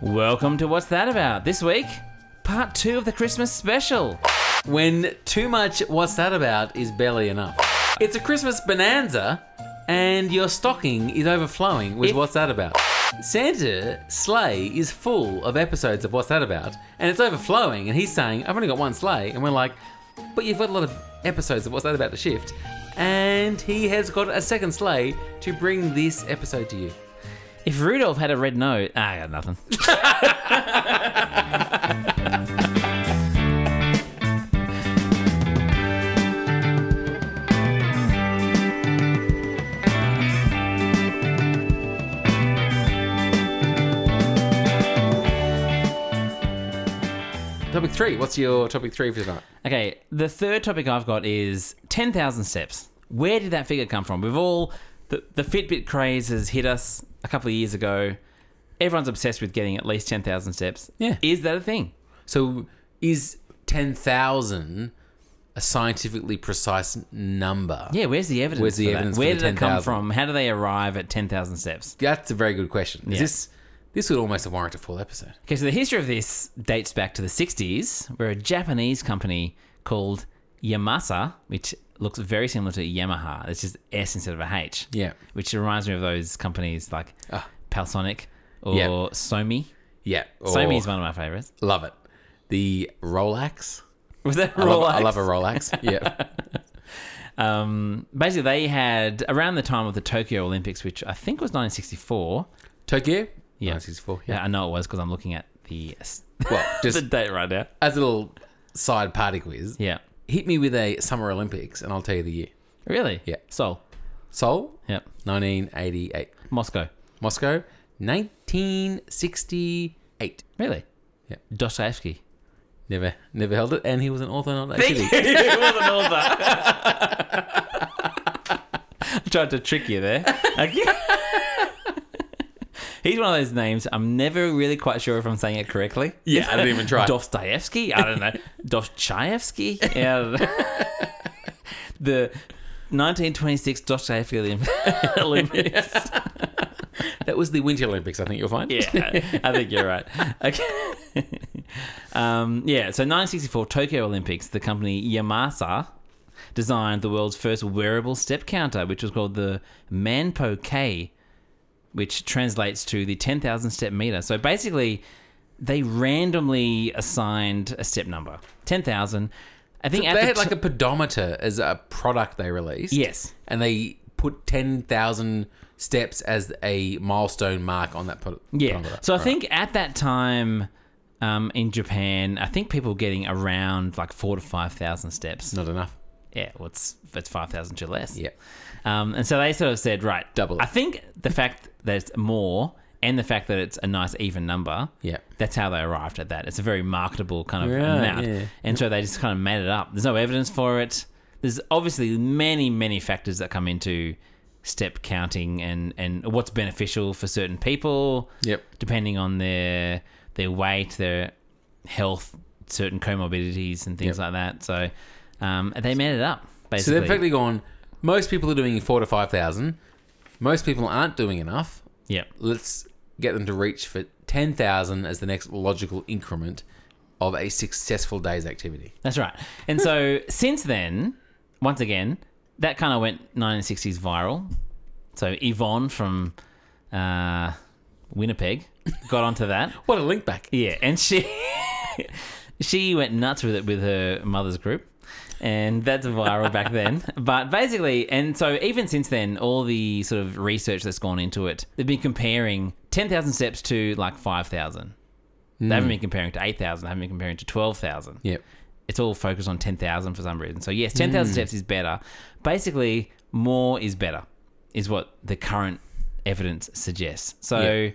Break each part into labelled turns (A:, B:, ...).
A: Welcome to What's That About? This week, part two of the Christmas special.
B: When too much what's that about is barely enough. It's a Christmas bonanza and your stocking is overflowing with
A: If-
B: what's that about. Santa sleigh is full of episodes of what's that about and it's overflowing and he's saying I've only got one sleigh and we're like but you've got a lot of episodes of what's that about to shift and he has got a second sleigh to bring this episode to you.
A: If Rudolph had a red nose, ah, I got nothing.
B: Topic 3, what's your topic 3 for tonight?
A: Okay, the third topic I've got is 10,000 steps. Where did that figure come from? We've all, the, the Fitbit craze has hit us a couple of years ago. Everyone's obsessed with getting at least 10,000 steps.
B: Yeah.
A: Is that a thing?
B: So is 10,000 a scientifically precise number?
A: Yeah, where's the evidence?
B: Where's the
A: for that?
B: evidence for
A: Where
B: the
A: did it come
B: 10,000?
A: from? How do they arrive at 10,000 steps?
B: That's a very good question. Is
A: Yeah.
B: this this would almost warrant a full episode.
A: Okay, so the history of this dates back to the 60s, where a Japanese company called Yamasa, which looks very similar to Yamaha, it's just S instead of a H.
B: Yeah.
A: Which reminds me of those companies like
B: Ah.
A: Palsonic or
B: Yeah.
A: Somi.
B: Yeah. or-
A: Somi is one of my favorites.
B: Love it. The Rolex.
A: Was that
B: I love,
A: Rolex?
B: I love a Rolex. yeah.
A: Um, basically, they had around the time of the Tokyo Olympics, which I think was 1964.
B: Tokyo?
A: Yeah.
B: 1964.
A: Yeah,
B: Yeah.
A: I know it was because I'm looking at the,
B: Well,
A: the
B: just
A: date right now.
B: as a little side party quiz,
A: Yeah.
B: hit me with a Summer Olympics and I'll tell you the year.
A: Really?
B: Yeah.
A: Seoul.
B: Seoul,
A: Yep.
B: 1988.
A: Moscow.
B: Moscow, 1968.
A: Really?
B: Yeah.
A: Dostoevsky.
B: Never, never held it, and he was an author, not a kitty.
A: it was an author. Tried to trick you there. Okay. He's one of those names. I'm never really quite sure if I'm saying it correctly.
B: Yeah, I didn't even try.
A: Dostoevsky? I don't know. Dostoevsky? Yeah. I don't know. the 1926 Dostoevsky Olympics.
B: That was the Winter Olympics, I think you'll find.
A: Yeah, I think you're right. Okay. um, yeah, so 1964 Tokyo Olympics, the company Yamasa designed the world's first wearable step counter, which was called the Manpo K, which translates to the 10,000 step meter. So basically, they randomly assigned a step number 10,000. I think at
B: They
A: the
B: had
A: t-
B: like a pedometer as a product they released.
A: Yes.
B: And they put 10,000 steps as a milestone mark on that ped-
A: Yeah.
B: pedometer.
A: So I
B: Right.
A: think at that time um, in Japan, I think people were getting around like four to 5,000 steps.
B: Not enough.
A: Yeah, well, it's, it's 5,000 to less.
B: Yeah.
A: Um, and so they sort of said, right,
B: Double it.
A: I think the fact that it's more and the fact that it's a nice even number,
B: Yeah.
A: that's how they arrived at that. It's a very marketable kind of
B: Right,
A: amount.
B: yeah.
A: And so they just kind of made it up. There's no evidence for it. There's obviously many, many factors that come into step counting and, and what's beneficial for certain people
B: Yep.
A: depending on their their weight, their health, certain comorbidities and things like that. So um, they made it up
B: So
A: basically.
B: they've effectively gone, most people are doing four to 5,000. Most people aren't doing enough.
A: yep.
B: Let's get them to reach for 10,000 as the next logical increment of a successful day's activity.
A: That's right. And so since then, once again, that kind of went 1960s viral. So Yvonne from uh, Winnipeg got onto that.
B: What a link back.
A: Yeah, and she she went nuts with it with her mother's group, and that's viral back then. But basically, and so even since then, all the sort of research that's gone into it, they've been comparing ten thousand steps to like five thousand. They haven't been comparing to eight thousand. They haven't been comparing to twelve thousand
B: Yep.
A: it's all focused on 10,000 for some reason. So, yes, 10,000 steps is better. Basically, more is better, is what the current evidence suggests. So,
B: Yeah.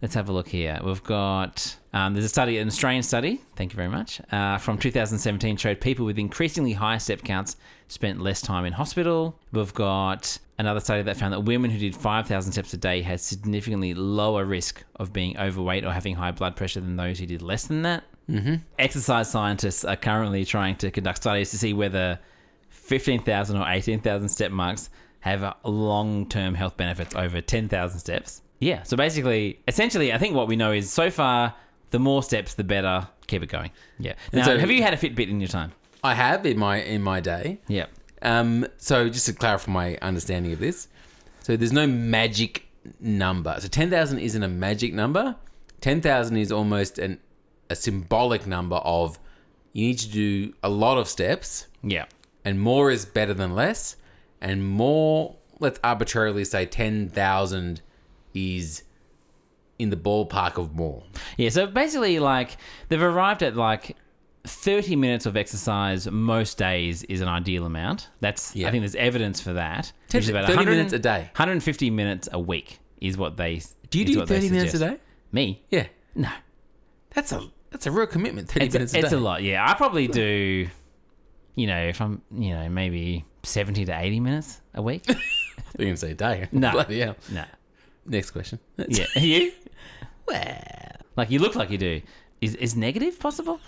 A: let's have a look here. We've got um, there's a study, an Australian study, thank you very much, uh, from 2017 showed people with increasingly high step counts spent less time in hospital. We've got another study that found that women who did 5,000 steps a day had significantly lower risk of being overweight or having high blood pressure than those who did less than that exercise scientists are currently trying to conduct studies to see whether 15,000 or 18,000 step marks have long term health benefits over 10,000 steps. Yeah. So basically, essentially, I think what we know is so far, the more steps, the better. Keep it going. Yeah. Now,
B: so-
A: have you had a Fitbit in your time?
B: I have in my in my day.
A: Yeah.
B: Um, so just to clarify my understanding of this, so there's no magic number. So ten thousand isn't a magic number. Ten thousand is almost an a symbolic number of you need to do a lot of steps,
A: Yeah.
B: and more is better than less, and more. Let's arbitrarily say ten thousand is in the ballpark of more.
A: Yeah. So basically, like they've arrived at like. 30 minutes of exercise most days is an ideal amount. That's
B: Yeah.
A: I think there's evidence for that. Which is about
B: 30
A: 100
B: minutes a day.
A: 150 minutes a week is what they
B: Do you
A: is
B: do
A: what they
B: thirty minutes a
A: suggest.
B: day?
A: Me?
B: Yeah,
A: No.
B: that's a that's a real commitment. Thirty
A: It's,
B: minutes
A: a,
B: a
A: it's
B: day.
A: a lot. Yeah, I probably do. You know, if I'm, you know, maybe seventy to eighty minutes a week.
B: We can say a day.
A: No.
B: Bloody hell.
A: no.
B: Next question.
A: Yeah. you? Well, like you look like you do. Is is negative possible?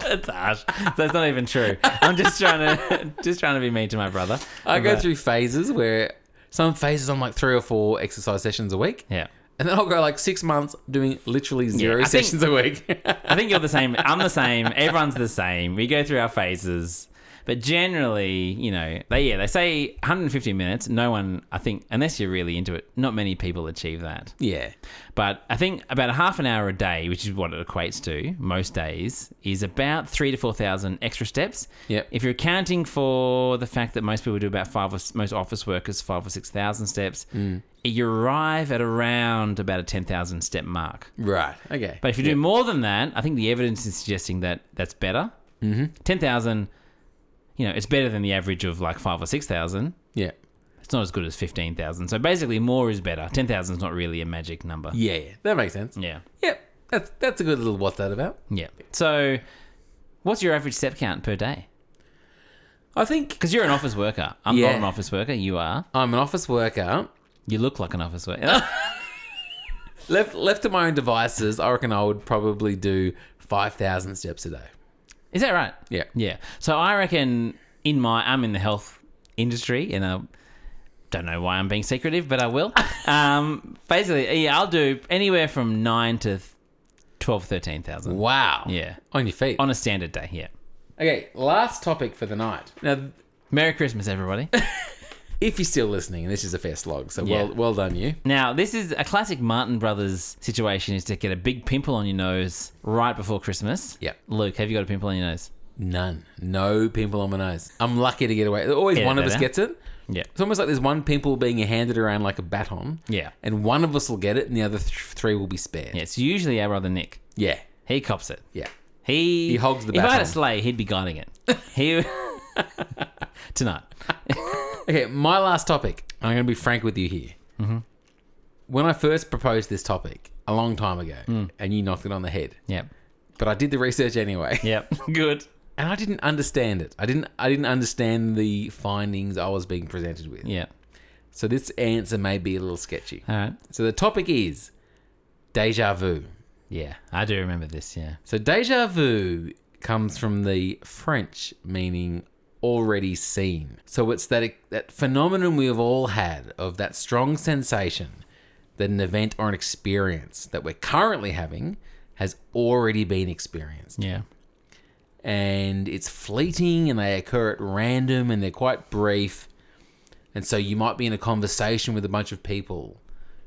A: That's harsh. That's not even true. I'm just trying to just trying to be mean to my brother.
B: I go
A: But-
B: through phases where some phases I'm like three or four exercise sessions a week,
A: Yeah.
B: and then I'll go like six months doing literally zero
A: I think-
B: sessions a week.
A: I think you're the same. I'm the same. Everyone's the same. We go through our phases. But generally, you know, they yeah, they say 150 minutes. No one, I think, unless you're really into it, not many people achieve that.
B: yeah,
A: But I think about a half an hour a day, which is what it equates to most days, is about three to four thousand extra steps.
B: Yep.
A: If you're accounting for the fact that most people do about five or s- most office workers five or six thousand steps, you arrive at around about a ten thousand step mark.
B: right, okay.
A: But if you do more than that, I think the evidence is suggesting that that's better. Mm-hmm. 10,000, you know, it's better than the average of like five or 6,000.
B: yeah,
A: It's not as good as 15,000. So basically, more is better. 10,000 is not really a magic number.
B: yeah, yeah, that makes sense.
A: Yeah. Mm.
B: Yep, that's that's a good little what's that about.
A: Yeah. So what's your average step count per day?
B: I think
A: Because you're an office worker. I'm
B: Yeah.
A: not an office worker. You are.
B: I'm an office worker.
A: You look like an office worker.
B: Left left to my own devices, I reckon I would probably do five thousand steps a day.
A: is that right?
B: Yeah,
A: Yeah. So I reckon in my I'm in the health industry and I don't know why I'm being secretive, but I will. um, basically, yeah, I'll do anywhere from nine to th- 12, 13,000.
B: wow.
A: Yeah.
B: on your feet.
A: On a standard day, yeah.
B: okay, last topic for the night. Now,
A: Merry Christmas, everybody.
B: if you're still listening, and this is a fair slog, so
A: Yeah.
B: well well done you.
A: now, this is a classic Martin Brothers situation is to get a big pimple on your nose right before Christmas.
B: Yep.
A: Luke, have you got a pimple on your nose?
B: None. No pimple on my nose. I'm lucky to get away. Always
A: Yeah,
B: one of
A: no
B: us
A: doubt.
B: gets it.
A: Yeah.
B: It's almost like there's one pimple being handed around like a baton.
A: Yeah.
B: And one of us will get it and the other th- three will be spared.
A: Yeah, it's usually our brother Nick.
B: Yeah.
A: He cops it.
B: Yeah.
A: He
B: He hogs the
A: If I had a
B: baton.
A: sleigh, he'd be guiding it. He tonight.
B: Okay, my last topic. I'm going to be frank with you here. Mm-hmm. When I first proposed this topic a long time ago, and you knocked it on the head,
A: Yep.
B: but I did the research anyway.
A: Yep. Good.
B: And I didn't understand it. I didn't I didn't understand the findings I was being presented with.
A: Yeah.
B: So this answer may be a little sketchy.
A: All right.
B: So the topic is deja vu.
A: Yeah, I do remember this. Yeah.
B: So deja vu comes from the French meaning already seen. So it's that that phenomenon we have all had of that strong sensation that an event or an experience that we're currently having has already been experienced.
A: Yeah.
B: And it's fleeting and they occur at random and they're quite brief. And so you might be in a conversation with a bunch of people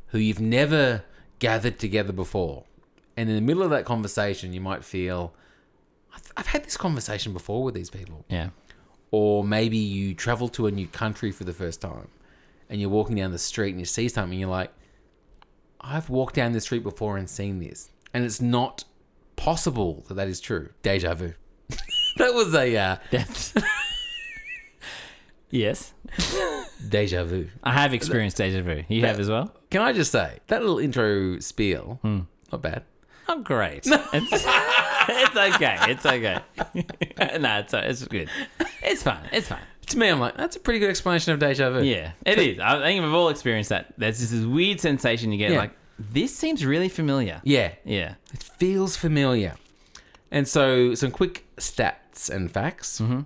B: who you've never gathered together before. And in the middle of that conversation, you might feel, "I've- I've had this conversation before with these people.
A: Yeah.
B: Or maybe you travel to a new country for the first time and you're walking down the street and you see something, you're like, I've walked down this street before and seen this. And it's not possible that that is true. Deja vu. that was a uh,
A: That's. yes.
B: deja vu.
A: I have experienced deja vu. You have as well.
B: Can I just say that little intro spiel? Not bad.
A: I'm great. It's, it's okay. It's okay. no, it's it's good. It's fine. It's fine.
B: To me, I'm like, that's a pretty good explanation of deja vu.
A: Yeah, it is. I think we've all experienced that. That's just this weird sensation you get.
B: Yeah.
A: Like this seems really familiar.
B: Yeah,
A: Yeah.
B: it feels familiar. And so, some quick stats and facts. Mm-hmm.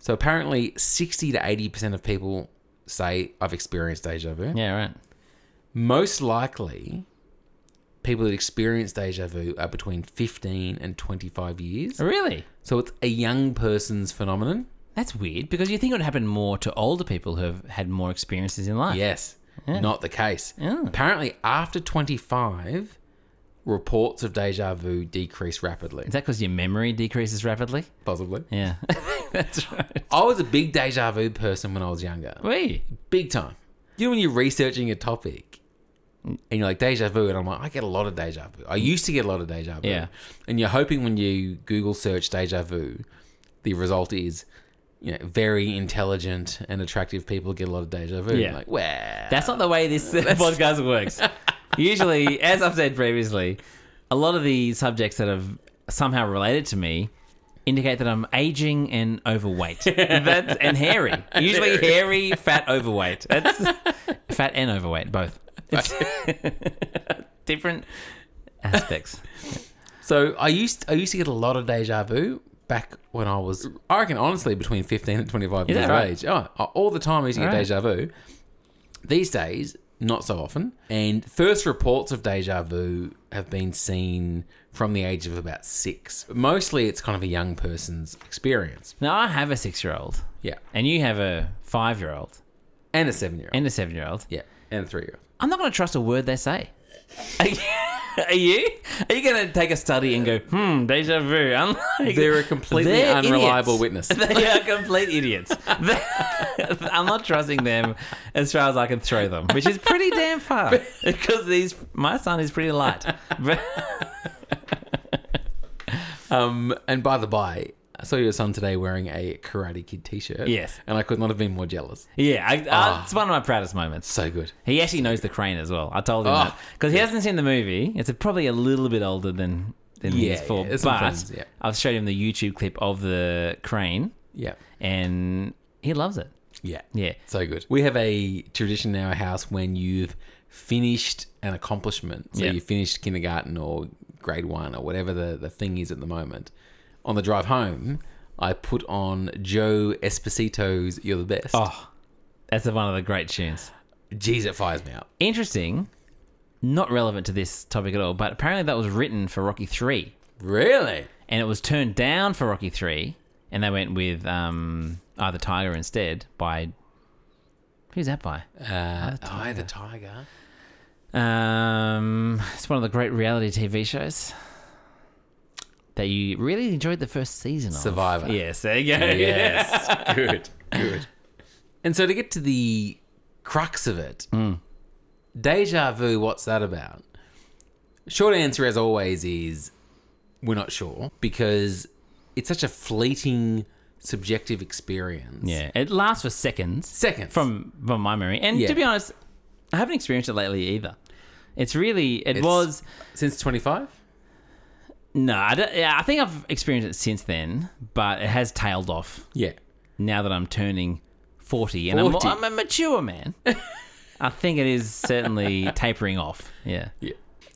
B: So, apparently, 60 to 80% of people say, I've experienced deja vu.
A: Yeah. Right.
B: most likely people that experience deja vu are between 15 and 25 years.
A: Really?
B: So it's a young person's phenomenon.
A: That's weird because you think it would happen more to older people who have had more experiences in life. Oh.
B: Yes, not the case.
A: Yeah.
B: Apparently, after 25, reports of deja vu decrease rapidly.
A: Is that because your memory decreases rapidly?
B: Possibly.
A: Yeah. That's right.
B: I was a big deja vu person when I was younger.
A: We.
B: Big time. You know, when you're researching a topic and you're like deja vu, and I'm like, I get a lot of deja vu. I used to get a lot of deja vu.
A: Yeah.
B: And you're hoping when you Google search deja vu, the result is, you know, very intelligent and attractive people get a lot of deja vu.
A: Yeah.
B: Like, wow.
A: That's not the way this uh, podcast works. Usually, as I've said previously, a lot of the subjects that have somehow related to me indicate that I'm aging and overweight. That's and hairy. Usually hairy, fat, overweight. That's fat and overweight, both. It's different aspects.
B: So I used I used to get a lot of deja vu back when I was I reckon honestly between fifteen and twenty five
A: Is
B: years
A: that
B: of
A: right?
B: age. Oh, I- all the time I used to get
A: All right.
B: deja vu. These days, not so often. And first reports of deja vu have been seen from the age of about six. Mostly, it's kind of a young person's experience.
A: Now I have a six-year-old,
B: Yeah,
A: and you have a five-year-old
B: and a seven year old.
A: and a seven-year-old.
B: Yeah, and a three year old.
A: I'm not going to trust a word they say. Are you? Are you, going to take a study and go, hmm, deja vu? I'm like,
B: They're a completely
A: They're
B: unreliable
A: idiots.
B: witness.
A: They are complete idiots. They- I'm not trusting them as far as I can throw them, which is pretty damn far because these my son is pretty light. But
B: Um, and by the by, I saw your son today wearing a Karate Kid t shirt.
A: Yes.
B: And I could not have been more jealous.
A: yeah, I, I, it's one of my proudest moments.
B: So good.
A: He actually knows the crane as well. I told him
B: Oh.
A: that because he hasn't seen the movie. It's a, probably a little bit older than than he
B: Yeah,
A: is for,
B: yeah, it's some
A: but
B: friends, yeah.
A: I've showed him the YouTube clip of the crane.
B: Yeah.
A: and he loves it.
B: Yeah.
A: Yeah.
B: So good. We have a tradition in our house when you've finished an accomplishment. So
A: Yeah.
B: you finished kindergarten or grade one or whatever the, the thing is at the moment. On the drive home, I put on Joe Esposito's You're the Best.
A: Oh, that's one of the great tunes.
B: Jeez, it fires me up.
A: Interesting, not relevant to this topic at all, but apparently that was written for Rocky 3
B: Really?
A: and it was turned down for Rocky 3 and they went with um, either Tiger instead by who's that by?
B: Uh, Eye of the Tiger.
A: Um, it's one of the great reality TV shows that you really enjoyed the first season of.
B: Survivor.
A: Yes, there you go.
B: Yes. good. Good. And so to get to the crux of it, deja vu, what's that about? Short answer, as always, is we're not sure because it's such a fleeting, subjective experience.
A: Yeah, it lasts for seconds.
B: Seconds.
A: from from my memory. And
B: Yeah.
A: to be honest, I haven't experienced it lately either. It's really it
B: It's-
A: was
B: since 25?
A: no, I, don't, yeah, I think I've experienced it since then, but it has tailed off
B: Yeah.
A: now that I'm turning forty and I'm,
B: 40.
A: I'm a mature man. I think it is certainly tapering off. Yeah,
B: Yeah.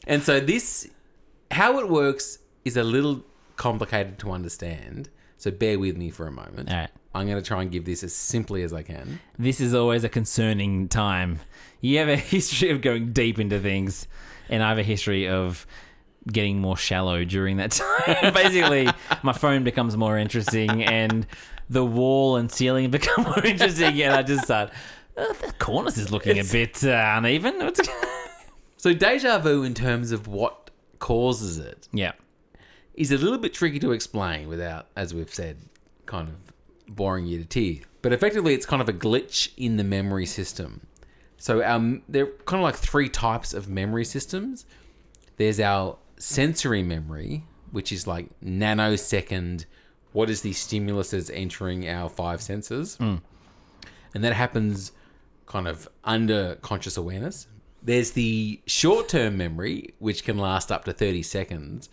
B: And so this, how it works is a little complicated to understand. So bear with me for a moment.
A: all right.
B: I'm going to try and give this as simply as I can.
A: This is always a concerning time. You have a history of going deep into things, and I have a history of getting more shallow during that time. Basically, my phone becomes more interesting, and the wall and ceiling become more interesting, and I just start. "Oh, the cornice is looking a bit uh, uneven. What's-"
B: So deja vu in terms of what causes it
A: yeah,
B: is a little bit tricky to explain without, as we've said, kind of boring you to tears. But effectively, it's kind of a glitch in the memory system. So um, there are kind of like three types of memory systems. There's our sensory memory, which is like nanosecond. What is the stimulus that's entering our five senses? and that happens kind of under conscious awareness. There's the short term memory, which can last up to 30 seconds,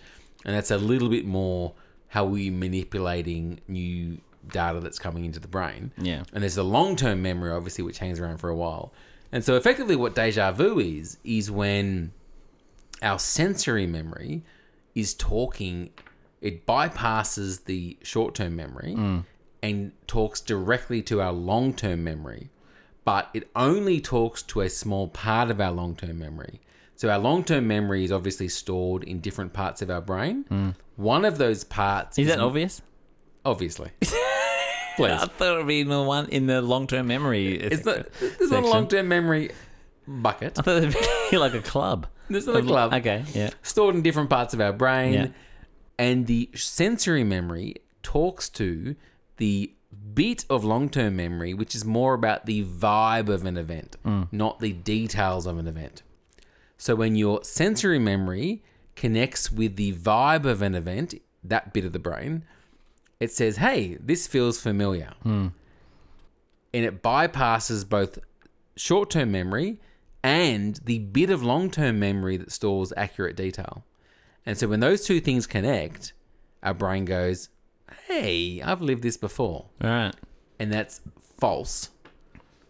B: and that's a little bit more how we manipulating new data that's coming into the brain.
A: Yeah.
B: And there's the long term memory, obviously, which hangs around for a while. And so, effectively, what deja vu is, is when our sensory memory is talking, it bypasses Mm. the short term memory and talks directly to our long term memory. but it only talks to a small part of our long term memory. So our long term memory is obviously stored in different parts of our brain. One of those parts
A: Is that obvious?
B: obviously. Please.
A: I thought it would be in the one in the long term memory.
B: It's not, there's
A: section.
B: not a long term memory bucket.
A: I thought it'd be like a club.
B: There's not a club.
A: Okay, yeah.
B: stored in different parts of our brain.
A: Yeah.
B: And the sensory memory talks to the bit of long term memory, which is more about the vibe of an event, not the details of an event. So when your sensory memory connects with the vibe of an event, that bit of the brain, it says, hey, this feels familiar. And it bypasses both short term memory and the bit of long term memory that stores accurate detail. And so when those two things connect, our brain goes, hey, I've lived this before.
A: All right.
B: And that's false,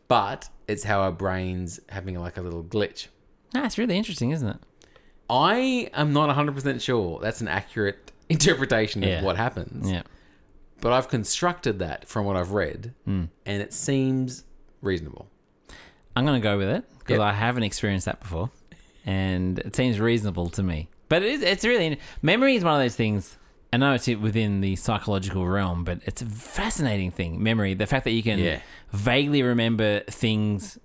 B: but it's how our brain's having like a little glitch.
A: That's Ah, really interesting, isn't it?
B: I am not 100% sure that's an accurate interpretation
A: Yeah.
B: of what happens,
A: Yeah.
B: but I've constructed that from what I've read, and it seems reasonable.
A: I'm going to go with it because
B: Yep.
A: I haven't experienced that before, and it seems reasonable to me. But it is, it's really memory is one of those things. I know it's within the psychological realm, but it's a fascinating thing. Memory, the fact that you can
B: Yeah.
A: vaguely remember things,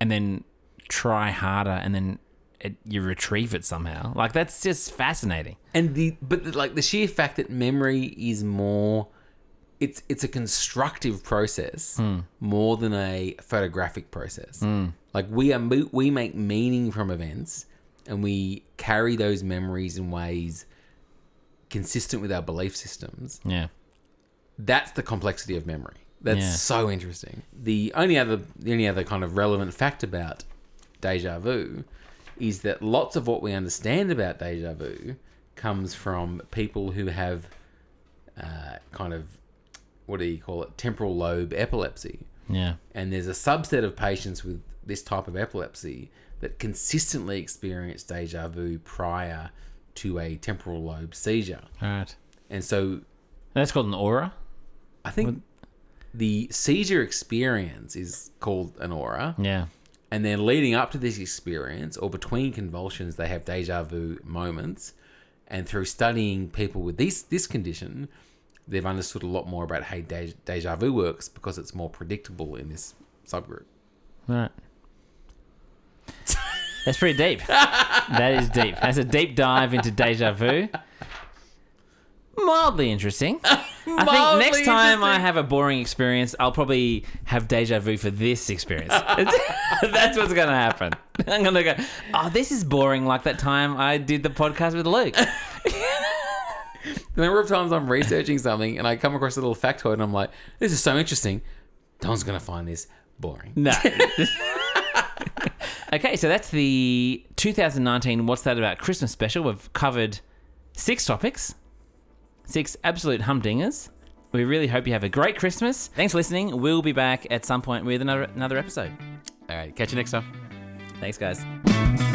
A: and then try harder, and then it, you retrieve it somehow. Like that's just fascinating.
B: and the but like the sheer fact that memory is more it's it's a constructive process more than a photographic process like we are mo- we make meaning from events and we carry those memories in ways consistent with our belief systems
A: Yeah.
B: that's the complexity of memory. That's
A: Yeah.
B: so interesting. The only other the only other kind of relevant fact about deja vu is that lots of what we understand about deja vu comes from people who have uh, kind of what do you call it temporal lobe epilepsy
A: Yeah.
B: and there's a subset of patients with this type of epilepsy that consistently experience deja vu prior to a temporal lobe seizure
A: All right.
B: and so
A: That's called an aura.
B: I think the seizure experience is called an aura,
A: Yeah.
B: and then leading up to this experience or between convulsions, they have deja vu moments. And through studying people with this this condition, they've understood a lot more about how de- deja vu works because it's more predictable in this subgroup.
A: All right. That's pretty deep. that is deep. That's a deep dive into deja vu. Mildly interesting. I think
B: Mildly
A: next time I
B: interesting.
A: have a boring experience, I'll probably have deja vu for this experience. That's what's going to happen. I'm going to go, oh, this is boring like that time I did the podcast with Luke.
B: The number of times I'm researching something and I come across a little factoid and I'm like, this is so interesting. Don's gonna find this boring.
A: No. okay, so that's the 2019 What's That About Christmas special. We've covered six topics, six absolute humdingers. We really hope you have a great Christmas. Thanks for listening. We'll be back at some point with another another episode.
B: All right, catch you next time.
A: Thanks, guys.